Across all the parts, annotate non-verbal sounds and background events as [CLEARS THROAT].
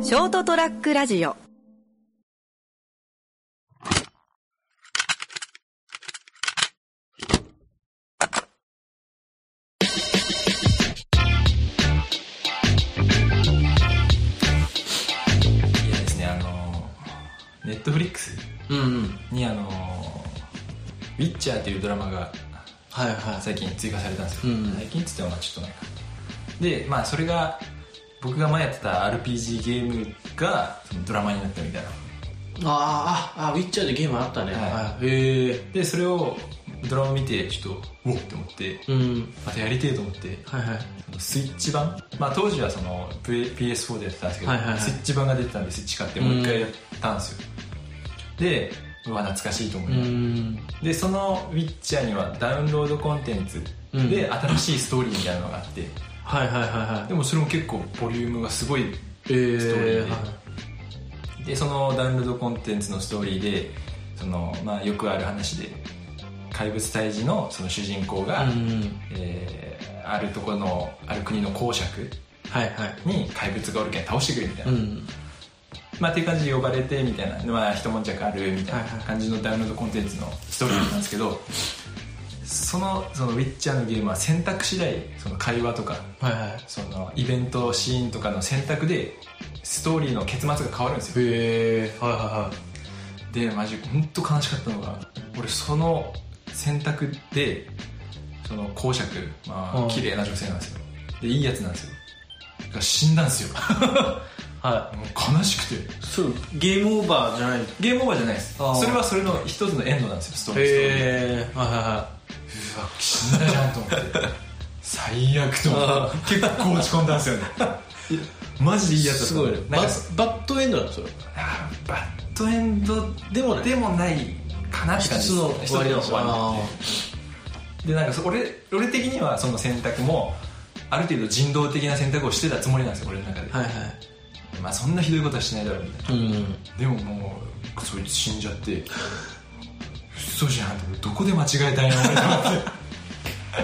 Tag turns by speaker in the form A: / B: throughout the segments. A: ショートトラックラジオ
B: いやですね、あの、ネットフリックス
C: うんうん
B: にあの、ウィッチャーというドラマが
C: はいはい
B: 最近追加されたんですよ。
C: うん
B: 最近っつってもまあちょっと前か。で、まあそれが、僕が前やってた RPG ゲームがそのドラマになったみたいな。
C: あーああウィッチャーでゲームあったね
B: はい
C: いへえ
B: で、それをドラマ見て、ちょっと、おっって思って、
C: うん
B: またやりてえと思って、
C: はいはい
B: そのスイッチ版まあ当時はその P- PS4 でやってたんですけど、
C: はいはいはい
B: スイッチ版が出てたんでスイッチ買ってもう一回やったんですよ。で、うわ、懐かしいと思いうながら。
C: ん
B: でその「ウィッチャー」にはダウンロードコンテンツ
C: うん
B: で新しいストーリーみたいなのがあって、
C: はいはいはいは
B: でもそれも結構ボリュームがすごい
C: いへえ
B: ストーリーで
C: はい
B: でそのダウンロードコンテンツのストーリーでその、まあ、よくある話で怪物退治のその主人公が、
C: うん
B: えーあるところのある国の公爵
C: はいはい
B: に怪物がおるけん倒してくれみたいうな、
C: ん
B: まあっていう感じで呼ばれてみたいなまあ一悶着あるみたいな感じのダウンロードコンテンツのストーリーなんですけどそのそのウィッチャーのゲームは選択次第その会話とか
C: はいは
B: そのイベントシーンとかの選択でストーリーの結末が変わるんです
C: い
B: よ
C: へえはいは
B: でマジ本当悲しかったのが俺その選択でその公爵ま
C: う
B: あ
C: ん
B: 綺麗な女性なんですよでいいやつなんですよが死んだんですよ
C: いはいは
B: もう悲しくて
C: いそうゲームオーバーじゃない
B: ゲームオーバーじゃないです
C: あー
B: それはそれの一つのエンドなんですよストーリーストーリー
C: へえはいはいは
B: うわ死んだじゃんと思って [LAUGHS] 最悪と思って結構落ち込んだんですよねマジでい
C: い
B: いやつだ
C: すごいね
B: な
C: バ
B: んか
C: ッバッドエンドなんですよ
B: あーバッドエンド
C: でもね
B: でもないかなって
C: 一
B: 感
C: つ
B: じ
C: の終わりなん
B: 一
C: で
B: つ
C: す
B: の終わ
C: よあ
B: りでなんかそ俺俺的にはその選択もある程度人道的な選択をしてたつもりなんですよ俺の中で、
C: ーはいはい
B: まあそんなひどいことはしないだろうみたいな
C: うん
B: でももうそいつ死んじゃって嘘じゃんってどこで間違えたんや俺と思っ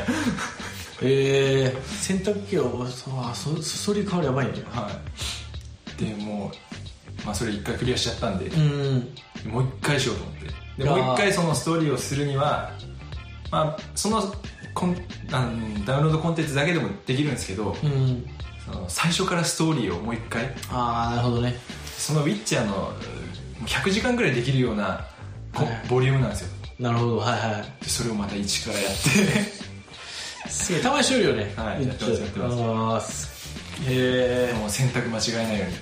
B: て
C: ええ洗濯機はそうあそそそり変わりやばいんだよ
B: はい、でもう、まあ、それ一回クリアしちゃったんで、
C: うん
B: もう一回しようと思ってで
C: いや
B: もう
C: ー
B: 一回そのストーリーをするには、まあ、そのコンあのダウンロードコンテンツだけでもできるんですけど、
C: うん
B: その最初からストーリーをもう一回
C: ああなるほどね
B: そのウィッチャーのもう100時間ぐらいできるようなこ
C: はい
B: ボリュームなんですよ
C: なるほどはいはい
B: でそれをまた一からやって
C: すげえたまにしよるよね
B: はいやってますやってます
C: ますへえ
B: もう選択間違えないように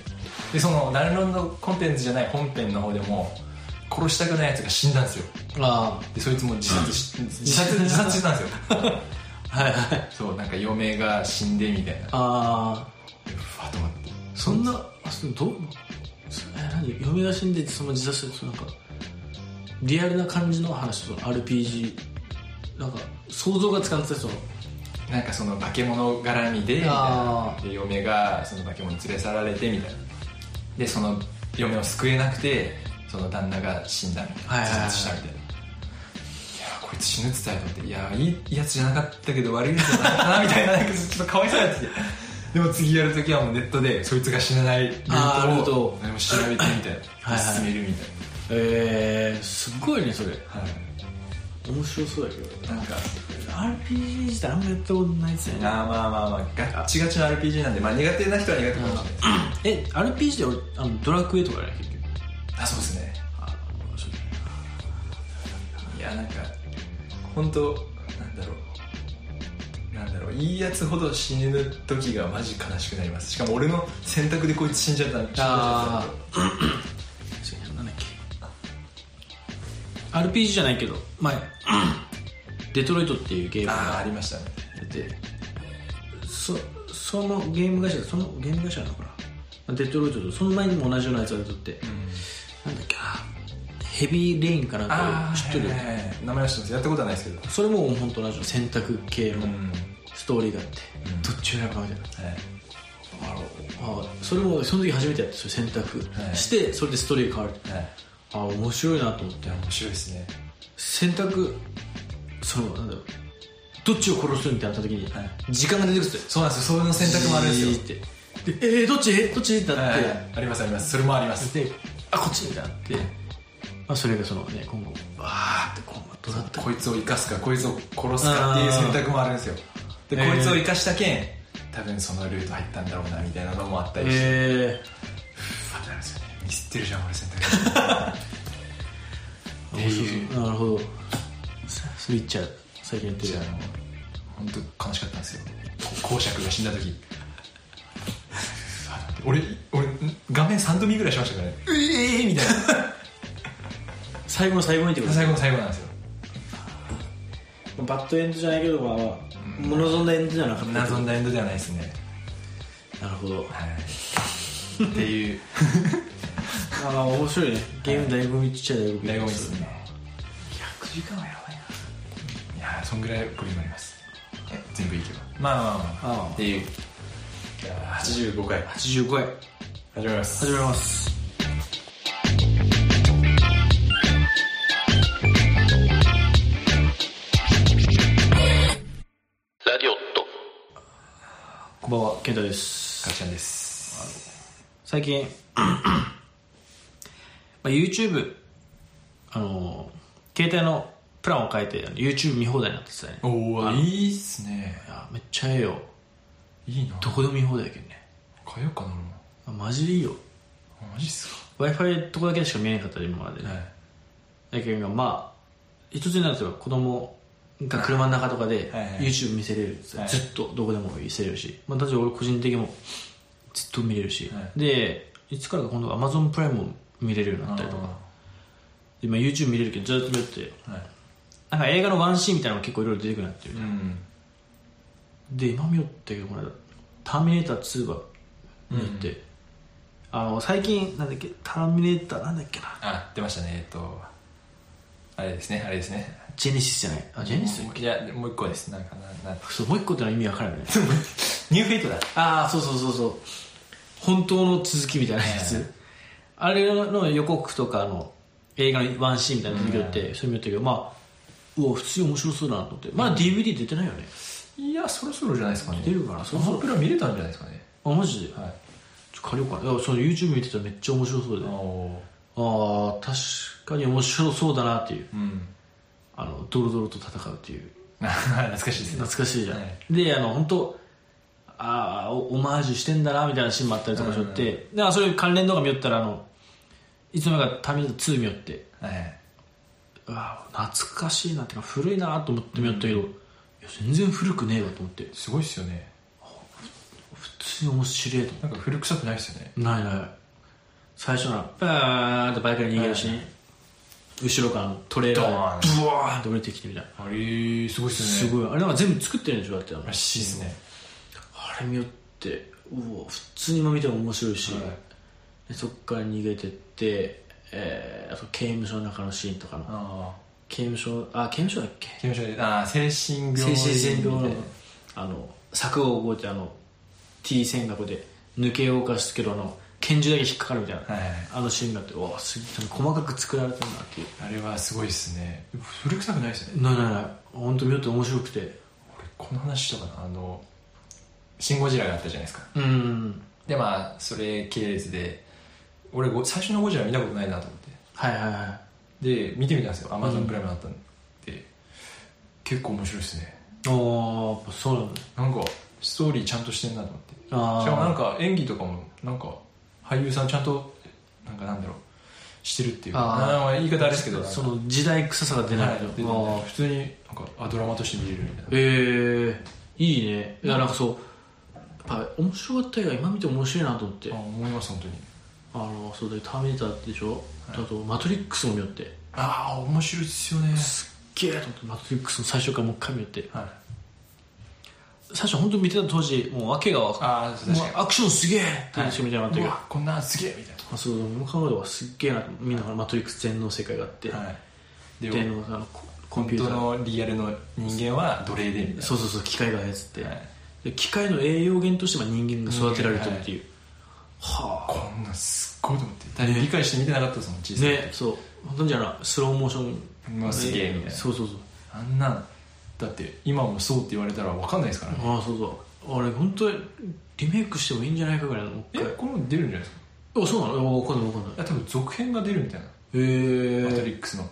B: でそのダウンロードコンテンツじゃない本編の方でも殺したくないやつが死んだんですよ
C: あ
B: でそいつも自殺し、自殺自殺したんですよ
C: あはいはい
B: そうなんか嫁が死んでみたいなうわ
C: あ
B: と思って
C: あそんなあそれどうそえ何嫁が死んでてその自殺するなんかリアルな感じの話その RPG なんか想像がつかんでたその
B: なんかその化け物絡みでみたいな
C: あ
B: で嫁がその化け物に連れ去られてみたいなでその嫁を救えなくてその旦那が死んだみたいな、
C: はいはいは
B: 自
C: い
B: 殺したみたいないやこいつ死ぬってたよと思っていやいいやつじゃなかったけど悪いやつだったなみたいななんかちょっとかわいそうやつででも次やるときはもうネットでそいつが死なないル
C: あール
B: ー
C: ー
B: ト
C: ト
B: を
C: を
B: 何も調べてみたいな
C: はいはい
B: 進めるみたい
C: ええすっごいねそれ
B: な、はい
C: 面白そうだけど
B: なんか
C: RPG 自体あんまやったことないですよね
B: あーまあまあまあガッチガチの RPG なんで、まあ、苦手な人は苦手かもしれないです
C: え RPG で俺あのドラクエとかやね結局
B: あそうですね
C: あのそう
B: いやなんか本当なんだろうなんだろういいやつほど死ぬ時がマジ悲しくなりますしかも俺の選択でこいつ死んじゃった死んじゃ
C: あ違うなんだっけ RPG じゃないけど前デトロイトっていうゲーム
B: ったあ
C: が
B: あありましたね
C: あってそそのゲーム会社そのゲーム会社なのかなデトロイトとその前にも同じようなやつが出とって、なんだっけなヘビーレインかなんか知ってる、
B: はいはいはい名前は知ってますやったことはないですけど
C: それも本当同じの選択系の
B: うん
C: ストーリーがあって、どっちを選ぶかみたいな
B: はい
C: あのあそれもその時初めてやってそれ選択
B: はい
C: して、それでストーリーが変わる
B: はい
C: あ面白いなと思って
B: いや面白いですね
C: 選択そのなんだろうどっちを殺すみたいになった時に、
B: はい
C: 時間が出てくるんですよ
B: そうなんですよそういうの選択もあるんですよ
C: じーってでえー、どっちどっちってなっ
B: は
C: て、
B: いありますありますそれもあります
C: であこっちになって、まあ、それがそのね今後わーって今後どうだった
B: こいつを生かすかこいつを殺すかっていう選択もあるんですよで
C: えー
B: こいつを生かしたけん多分そのルート入ったんだろうなみたいなのもあったりして、
C: え
B: あるんですよねミスってるじゃん俺選択
C: ー、
B: っていう
C: 面白そうなるほどススイッチャー最近やってる
B: じゃあ本当悲しかったんですよこ公爵が死んだ時あ俺俺画面3度見ぐらいしましたからねうえーみたいな
C: 最後の最後にってこと
B: 最後の最後なんですよ
C: バッドエンドじゃないけどまあまあ望んだエンドじゃなかった
B: 謎んだエンドではないですね
C: なるほど
B: はいっていう
C: ああ面白いねゲーム醍醐味っちゃ醍醐味
B: 醍醐味ですね100時間はやばいないやーそんぐらいこれになります全部いけばまあまあまあ、ま
C: ああ
B: っていういやー85回
C: 85回
B: 始めます
C: 始めます
A: ラディオット。
C: こんばんは健太です
B: かきちゃんです
C: 最近 [CLEARS THROAT] まあ YouTube あの携帯のプランを変えてあの YouTube 見放題になってたねい
B: おおいいっすね
C: やめっちゃええよ
B: いいな
C: どこでも見放題やけんね
B: 変えようかな俺も
C: あマジでいいよ
B: マジっす
C: w i f i とこだけしか見えなかったで今まで
B: か
C: ね、
B: い
C: だけどまあ一つになると子供が車の中とかで
B: はいはい
C: YouTube 見せれるんですよ
B: はい
C: ずっとどこでも見せれるし、まあ、だって俺個人的にもずっと見れるし、
B: はい
C: でいつからか今度 Amazon プライムも見れるようになったりとかで今 YouTube 見れるけどずっと見れて
B: はい
C: なんか映画のワンシーンみたいなのが結構いろいろ出てくるなっていう、
B: うん
C: で今見よったけどこの間「ターミネーター2」が見って、あの最近なんだっけ「ターミネーター」なんだっけな
B: あ出ましたねえっとあれですねあれですね
C: ジェネシスじゃないあジェネシスだっけ
B: いやもう一個ですなんかなな
C: そうもう一個ってのは意味わから
B: [LAUGHS]
C: ないね
B: ニューフェイトだ
C: ああそうそうそうそう本当の続きみたいなやつ、
B: はい
C: あれの予告とかの映画のワンシーンみたいなの見よって、それ見よったけどまあうわ普通に面白そうだなと思ってまだ DVD 出てないよね
B: いやそろそろじゃないですかね
C: 出るかなそ
B: ア
C: ろそ
B: マ
C: ろ
B: プラ見れたんじゃないですかね
C: あマジで、
B: はい
C: ちょ借りようかないやその YouTube 見てたらめっちゃ面白そうで、あ
B: お
C: あ確かに面白そうだなっていう
B: うん [LAUGHS]
C: あのドロドロと戦うっていう
B: 懐かしいですね
C: 懐かしいじゃん、
B: はい
C: であの本当ああオマージュしてんだなみたいなシーンもあったりとかしょって、だからそれ関連動画見よったらあのいつの間にか「ターミネーター2」見よって
B: はい、
C: ああ懐かしいなってか古いなと思って見よったけど、いや全然古くねえわと思って
B: すごいっすよね
C: 普通に面白いと思
B: なんか古臭くないっすよね
C: ってないない最初ならバーンってバイクに逃げるし、後ろからのトレーラー
B: ドー
C: で
B: ン
C: ブワーンって降りてきてみたいな
B: あれすごいっす
C: す
B: よね
C: ごいあれなんか全部作ってるんでしょだってあの
B: らしいっすね
C: あれ見よってうわ普通に今見ても面白いし、
B: はい
C: でそっから逃げてって、えー、あと刑務所の中のシーンとかの
B: あ
C: 刑務所あ刑務所だっけ
B: あ刑務所でああ精神病
C: 精神
B: みた
C: 病
B: い
C: のあの柵を覚えてあの T 線がこうで抜けようかすけどあの拳銃だけ引っかかるみたいな、
B: なはいはい
C: あのシーンがあってうわすげえ細かく作られてるなっていう
B: あれはすごいっすね古臭くないっすよね
C: ないないない本当見よって面白くて
B: 俺この話したかなあのシン・ゴジラがあったじゃないですか
C: うん
B: でまあそれ系列で俺ご最初のゴジラ見たことないなと思って
C: はいはいはい
B: で見てみたんですよアマゾンプライムだったんで、結構面白いですね
C: おーやっぱそうなんだ
B: なんかストーリーちゃんとしてんなと思ってし
C: あー
B: かもなんか演技とかもなんか俳優さんちゃんとなんかなんだろうしてるっていうか
C: あー
B: なんか言い方あれですけど
C: そ
B: の
C: の時代臭さが出ないけど、ああ
B: 普通になんかあドラマとして見れるみたいな
C: ええいいねいやなんかそうやっぱ面白かった映画今見て面白いなと思って
B: あ
C: あ
B: 思います本当に
C: のそうだよターミネーターでしょ、あと「マトリックス」も見よって
B: ああ面白いっすよね
C: すっげえと思って「マトリックス」の最初からもう一回見よって
B: はい
C: 最初本当見てた当時もう訳が分か
B: ああ
C: ん
B: 確
C: も
B: か
C: う
B: に
C: アクションすげえって一緒みたいなのあったけ
B: う
C: ど、
B: わこんなんすげえみたい
C: あそうもう考えたらすっげえなとみんながマトリックス全能世界があって、
B: なはいで
C: でのあのココン
B: 本
C: ピュー
B: 当
C: ター
B: のリアルの人間は奴隷でみたいな
C: そうそうそう機械が操って、
B: はい
C: で機械の栄養源としてまあ人間が育てられてるっていう、はあ
B: こんなんすっごいと思ってだいぶ理解して見てなかったですもん小さい
C: ねそう本当にじゃなスローモーション
B: うわすげえみたいな
C: そうそうそう
B: あんなんだって今もそうって言われたら分かんないですからね
C: ああそうそうあれ本当にリメイクしてもいいんじゃないかぐらいのもう
B: え
C: 一回
B: これも出るんじゃないですか
C: あそうなの分かんない分かん
B: い
C: ない
B: や多分続編が出るみたいな、
C: へ
B: マト
C: え
B: リックスの、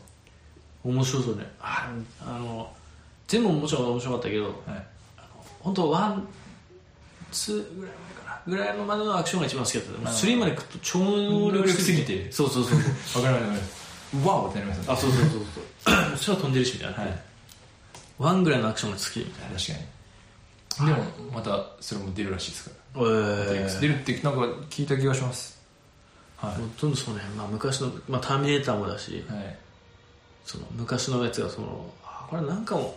C: 面白そうねああの全部もちろん面白かったけど
B: はい、
C: 本当ワンツーぐらい前かなぐらいのまでのアクションが一番好きだったもうスリーまで行くと超能力すぎ
B: 能力すぎ
C: て
B: て
C: そうそうそうそう
B: わかりましたわかりましたワオってなりました
C: あそうそうそうそう [CLEARS THROAT] それは飛んでるしみたいな、
B: はい
C: ワンぐらいのアクションが好きみたいな
B: 確かにでもまたそれも出るらしいですから、マトリックス
C: え
B: 出るってなんか聞いた気がしますは
C: ー、もうどんどんその辺、まあ、昔の、まあ、ターミネーターもだし
B: い、はい、
C: その昔のやつがそのあこれなんかも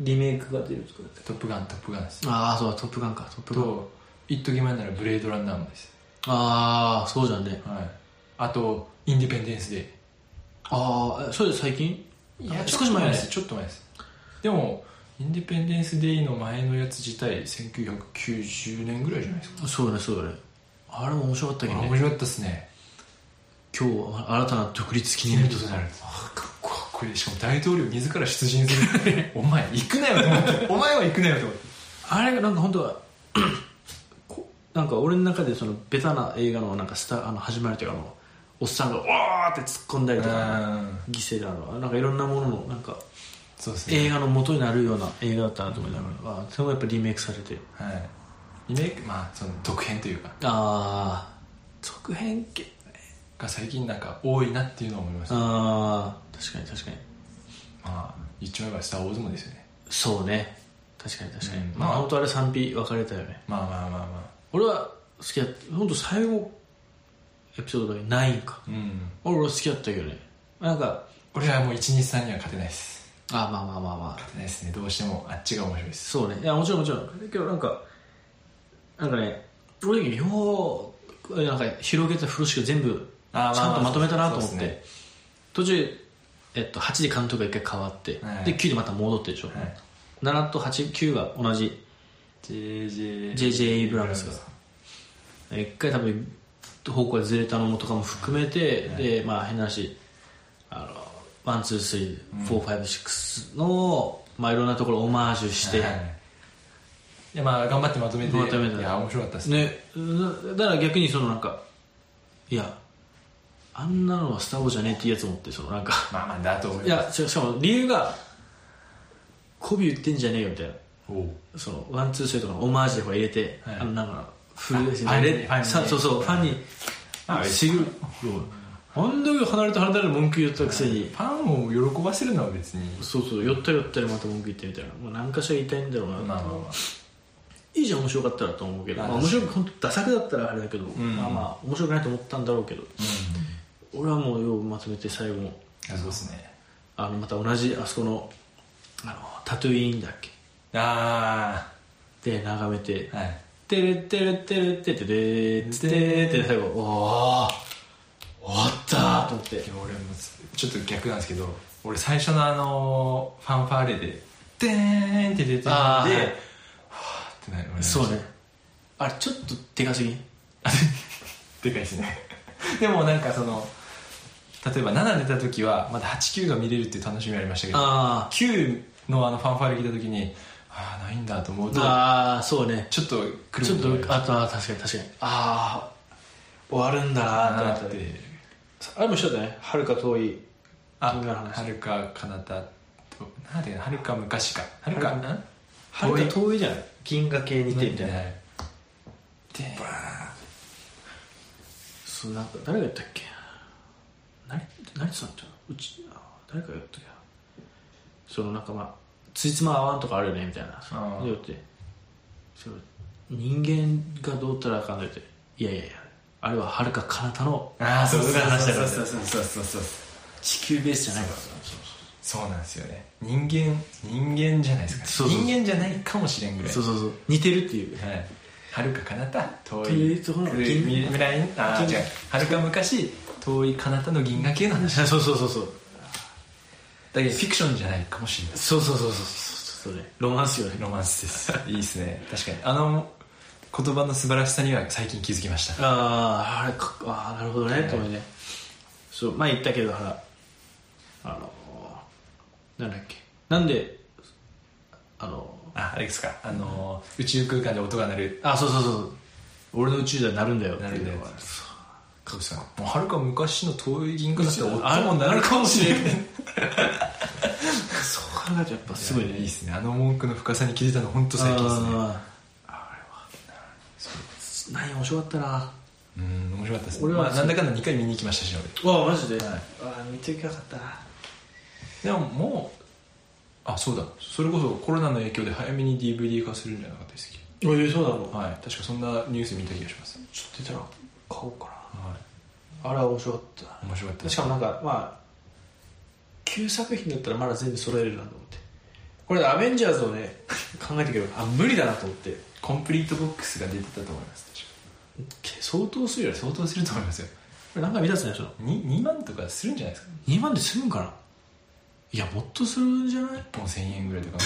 C: リメイクが出るとか言って
B: トップガントップガンです
C: ああそうだトップガンかトップガン
B: と一時前ならブレードランナーもです、
C: ああそうじゃんね
B: はい、あとインディペンデンスデ
C: ああそれで最近
B: イ
C: あ
B: 少
C: 少
B: し
C: し
B: 前
C: 前
B: で
C: ですす
B: ちょっと前ですでもインディペンデンスデイの前のやつ自体1990年ぐらいじゃないですか
C: そうだねそうだねあれも面白かったけどね
B: 面白かったですね
C: 今日は新たな独立記
B: イベ
C: 念
B: ン
C: 日
B: トとなるあかっこいいしかも大統領自ら出陣する [LAUGHS] お前行くなよと思 [LAUGHS] ってお前は行くなよと思って
C: あれがなんか本当は [CLEARS THROAT] こなんか俺の中でそのベタな映画のなんかスタあの始まりというかあのおっさんが「おー!」って突っ込んだりとか犠牲であのなんかいろんなもののなんか
B: そうです
C: 映
B: ね、
C: 画の元になるような映画だったなと思いながら、あそれもやっぱリメイクされて
B: はい、リメイクまあその続編というか
C: ああ続編系
B: が最近なんか多いなっていうのは思いました
C: ああ確かに確かに
B: まあ言っちまえば「スター・ウォーズ」もですよね
C: そうね確かに確かに、
B: うん
C: まあ本当あれ賛否分かれたよね
B: まあまあまあま
C: 俺は好きだった本当最後エピソードだけ9か
B: あうん
C: 俺は好きだったけどねなんか
B: 俺はもう123には勝てないです
C: あまあまあまあまあ
B: 勝てないですねどうしてもあっちが面白いです
C: そうねいやもちろんもちろんだけどなんかなんかね俺ようなんか広げた風呂敷を全部ち
B: あーまあまあ
C: ゃんとまとめたなと思っ
B: そう
C: て、
B: ですね
C: 途中、えっと、8で監督が一回変わって、
B: はい
C: で9でまた戻ってでしょ、
B: はい
C: 7と89が同じ
B: JJ
C: JJ イブラムスが一回多分方向がずれたのもとかも含めて、でまあ変な話あのワンツースリーフォーファイブシックスの、まあいろんなところをオマージュして、
B: いやまあ頑張ってまとめて
C: まとめた
B: いや面白かったです
C: ねなだから逆にそのなんかいやあんなのは「スター・ウォーズ」じゃねえっていうやつ持ってそのなんか
B: まあまあだと思い
C: い
B: ます
C: や違うしかも理由が媚び売ってんじゃねえよみたいな
B: おう
C: そのワンツースリーとかのオマージュでこう入れて、
B: はい
C: あのなんかフル
B: あファンに
C: レッ
B: ファンに
C: さそうそうファンに
B: あ別
C: シグルあんだけ離れて離れて文句言ったくせに、
B: ファンを喜ばせるのは別に
C: そうそう寄った寄ったりまた文句言ってみたいなもう何かしら言いたいんだろうな、
B: まあまあまあ
C: いいじゃん面白かったらと思うけど、
B: まあ
C: まあ、面白く本当ダサくだったらあれだけど、
B: ん
C: まあまあ面白くないと思ったんだろうけど、俺はもうようまとめて最後も
B: いやそうですね
C: あのまた同じあそこのあのタトゥイーンだっ
B: あ
C: けで眺めて
B: あはい
C: 「テレテレテレテテレテテレテ」最後「おお終わった!」と思って
B: いや俺もちょっと逆なんですけど俺最初のあのファンファーレで「でーん!」って出てるんでは
C: あーはい
B: ぁってなりました
C: そうねあれちょっとでかすぎん
B: [LAUGHS] でかいですねでもなんかその例えば7出た時はまだ89が見れるっていう楽しみありましたけど
C: あ
B: 9のあのファンファーレ聞いた時にああないんだと思う
C: ー
B: と
C: あーそうね
B: ちょっとくる
C: ちょっと
B: 思いま
C: あとは確かに確かにああ終わるんだ
B: した
C: な
B: なーっ
C: ーと思って
B: て
C: あれも一緒だねはるか遠い
B: あ
C: 君が話
B: はるか彼方となんではるか昔かはるか
C: はる
B: ん
C: はるか遠いじゃん銀河系にてみたいな
B: で
C: そうなんか誰がやったっけな何何さんってうちあ誰かやったっけなそのなんかまあついつま合わんとかあるよねみたいな
B: あー
C: でよってその人間がどうったらあかんだよっていやいやいやあれははるか彼方の
B: ああそうそう
C: 僕が話したから
B: そうそうそうそうそう
C: 地球ベースじゃないから
B: そうなんですよね人間人間じゃないですか
C: そうそうそう
B: 人間じゃないかもしれんぐらい
C: そうそうそう似てるっていう
B: はいはるか彼方遠
C: 遠
B: い
C: いところの
B: くる
C: 銀
B: 未未来ああ
C: 銀
B: 違うはるか昔遠い彼方の銀河系の話
C: あそうそうそうそう
B: だけどフィクションじゃないかもしれない
C: そうそうそうそうそうそうねロマンスよね
B: ロマンスです [LAUGHS] いいですね確かにあの言葉の素晴らしさには最近気づきました
C: あーあれかあーなるほどね、と思いねそう前言ったけどほらあのーなんだっけなんであのー
B: ああれですかあのー宇宙空間で音が鳴る
C: あそうそうそう俺の宇宙ではなるんだよって
B: ないるん
C: う
B: だ
C: の
B: よ
C: が
B: かぶさんもうはるか昔の遠い銀河だったら
C: あ
B: 音も鳴るかもしれない
C: そう考えるとやっぱすごいね
B: いいですねあの文句の深さに気づいたの本当最近ですね
C: あーあれは何面白かったなあ
B: うん面白かったです
C: 俺は
B: まあ、なんだかんだ2回見に行きましたし俺
C: あマジで、
B: はい
C: ああ見ていかなかったな
B: でももうあそうだそれこそコロナの影響で早めに DVD 化するんじゃなかったですっ
C: おいそうだろう
B: けはい確かそんなニュース見た気がします、
C: ちょっと出たら買おうか
B: は、
C: なあれは面白かったない
B: 面白かった
C: しかもなんかまあ旧作品だったらまだ全部揃えるなと思ってこれでアベンジャーズをね [LAUGHS] 考えてけどあ無理だなと思って
B: コンプリートボックスが出てたと思います確か
C: け相当するよね
B: 相当すると思いますよ
C: これ何回見たっすねその
B: に 2, 万とかするんじゃないですか
C: 2万で済むんかないやもっとするんじゃない
B: 1本1000円ぐらいとか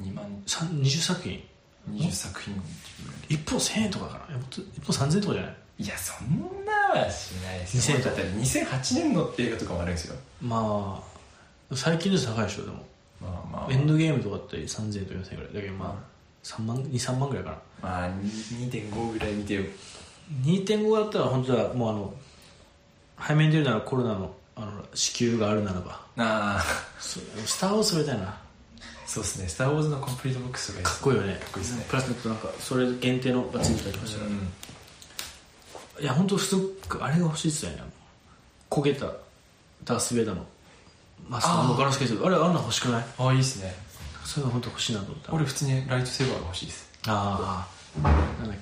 B: 2万
C: さん20作品
B: 20作品ぐらい
C: 1本1000円とかかないやもっと1本3000円とかじゃない
B: いやそんなはしないですよ
C: 2000
B: だったら2008年の映画とかもあるんですよ
C: まあ最近のやつ高いでしょでも
B: まあまあ
C: エンドゲームとかだって3000円とか4000円ぐらいだけどまあ3万23万ぐらいかな
B: まあに2.5ぐらい見てよ
C: 2.5だったら本当はもうあの背面に出るならコロナのあの支給があるならば
B: ああ
C: そうスター・ウォーズみたいなか
B: そうですね「スター・ウォーズ」のコンプリートボックスとかいいっ
C: っこいいよね
B: っこいいっすね
C: プラスなんかそれ限定のがついてたりとかし
B: す
C: た
B: ね
C: ら、
B: うん
C: いや本当すごくあれが欲しいっすよねあの焦げたダース・ベイダーのマスク
B: あー
C: のガラスケースあれあんな欲しくない
B: ああいいですね
C: そういうの本当欲しいなと思った
B: 俺普通にライトセーバーが欲しいです
C: ああなんだっけなんだっ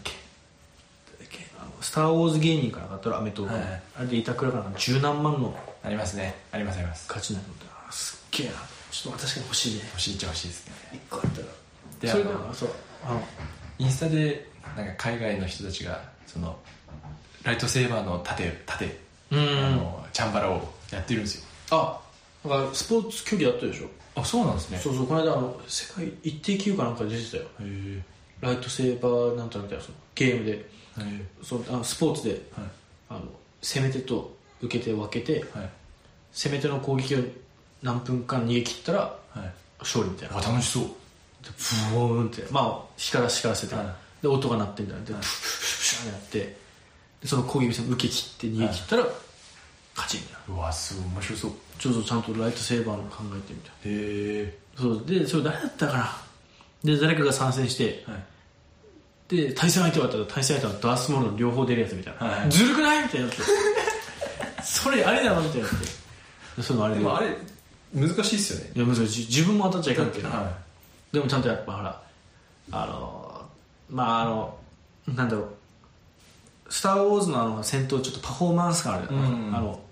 C: けあのスター・ウォーズ芸人から買ったらアメトーーク、
B: はい
C: あれで板倉からなんか十何万の
B: ありますねありますあります
C: 勝ちになるのってあーすっげえなちょっと確かに欲しいね
B: 欲しいっちゃ欲しいですね
C: 一個あったら
B: で
C: それ
B: あ
C: な
B: の
C: んかそうあの
B: インスタでなんか海外の人たちがそのライトセーバーの盾盾、あ
C: うん
B: のチャンバラをやってるんですよ
C: あなんかスポーツ競技あったでしょ
B: あそうなんですね
C: そうそうこの間あの世界一定級かなんかで出てたよ
B: へえ
C: ライトセーバーなんとかみたいなそのゲームで
B: はい
C: そのあのスポーツであの攻め手と受け手を分けて
B: はい
C: 攻め手の攻撃を何分間逃げ切ったら
B: はい
C: 勝利みたいな
B: あ楽しそう
C: でブオーンってまあ光ら光らせて、
B: はい
C: で音が鳴ってんだよでプシュッシュッシュッってやってでその攻撃を受け切って逃げ切ったら勝ちみたいな
B: うわすごい面白そう
C: ちょっとちゃんとライトセーバーの考えてみたい
B: へえ
C: そうでそれ誰だったかなで誰かが参戦してで対戦相手があったら対戦相手はダースモールの両方出るやつみたいな、
B: はい
C: ずるくないみたいになって [LAUGHS] それあれだなみたいになってでそういうのあれ
B: で
C: で
B: もあれ難しいっすよね
C: いや難しい自分も当たっちゃいかんけど
B: は
C: でもちゃんとやっぱほらあのまああのなんだろう「スター・ウォーズの」あの戦闘ちょっとパフォーマンスがある、
B: うん
C: あの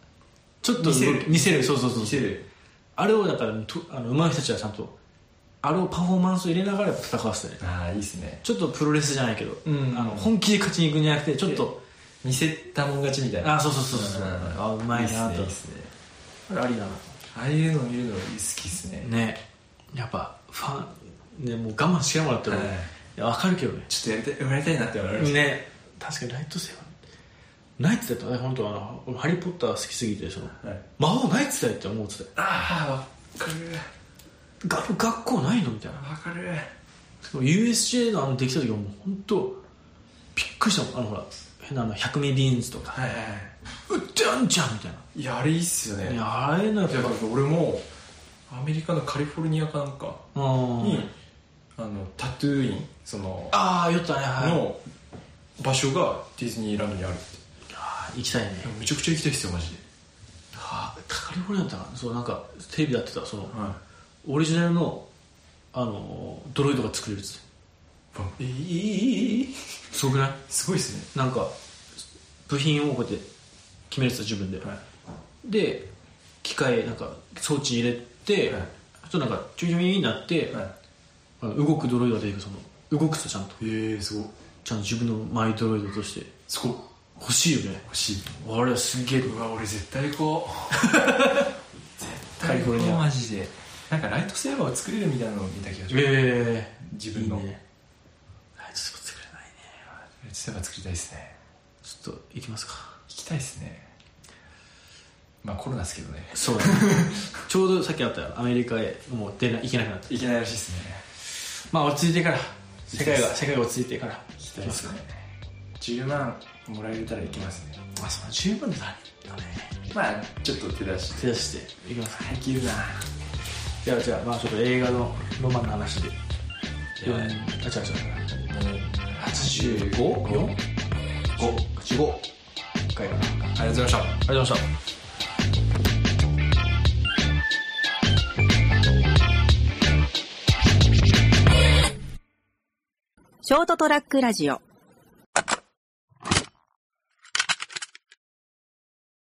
C: ちょっと動
B: 見
C: き
B: せる
C: 見せるそうそうそう
B: い見せる
C: あれをだからとあの上手い人たちはちゃんとあれをパフォーマンスを入れながらやっぱ戦わせてね
B: ああいいっすね
C: ちょっとプロレスじゃないけど、
B: うん
C: あの本気で勝ちに行くんじゃなくてちょっと
B: 見せたもん勝ちみたいな
C: あそうそうそうそう、
B: ん
C: あうまいなと
B: いいっすねいいっすね
C: あれありだな
B: ああいうの見るの好きっすね
C: ねやっぱファンねもう我慢してもらっても、
B: はい
C: いやわかるけどね
B: ちょっとやりたいやりたいなって思いました
C: ね確かにライトセーバーナイツだったね本当あの俺ハリー・ポッター好きすぎてその、
B: はい
C: 魔法ナイツだよって思ってたよ
B: ああわか
C: が学校ないのみたいな
B: るわかる
C: でも USJ のあのできた時はもう本当びっくりしたもんあのほら変なあの100ミリビーンズとか
B: はいは
C: うっじゃんじゃんみたいない
B: いやあれいいっすよねい
C: い
B: や
C: やあれのやっぱ
B: だから俺もアメリカのカリフォルニアかなんか
C: うん
B: にあのタトゥーインその
C: ああ言ったねはい
B: の場所がディズニーランドにあるって
C: あー行きたいね
B: めちゃくちゃ行きたいっすよマジで
C: あーカリフォルニアだったかなそうなんかテレビでやってたその
B: は
C: オリジナルのあのドロイドが作れるっつって
B: いいいいい
C: すごくない
B: すごいっすね
C: なんか部品をこうやって決めるやつ自分で、
B: はい
C: で機械なんか装置入れて、
B: はい
C: あとなんかチュイチュイになって、あの動くドロイドが出てくるその動くとちゃんと
B: ええすごい
C: ちゃんと自分のマイドロイドとして
B: すごい
C: 欲しいよね
B: 欲しい
C: あれはすげえ
B: うわ俺絶対行こう絶対行
C: [LAUGHS] カリフォ
B: こ
C: ル
B: う
C: ニア
B: マジでなんかライトセーバーを作れるみたいなのを見た気がします
C: ええ
B: 自分の
C: いいねライトスポーツ作れないね
B: ライトセーバー作りたいですね
C: ちょっと行きますか
B: 行きたいですねまあコロナですけどね
C: [LAUGHS] そうだねちょうどさっきあったアメリカへもう出な行けなくなった
B: 行けないらしいですね
C: まあ落ち着いてから世界が世界が落ち着いてから
B: 行きたいですね10万もらえたら行きますね
C: あその十分だだね
B: まあちょっと手出して
C: 手出していきます
B: できるな
C: じゃあじゃあまあちょっと映画のロマンの話で
B: いや
C: あ違う違
B: 85?
C: う
B: 5
C: 4
B: 5
C: 85回かなありがと
B: ありがとうござい
C: う
B: ました
C: ございました
A: ショートトラックラジオ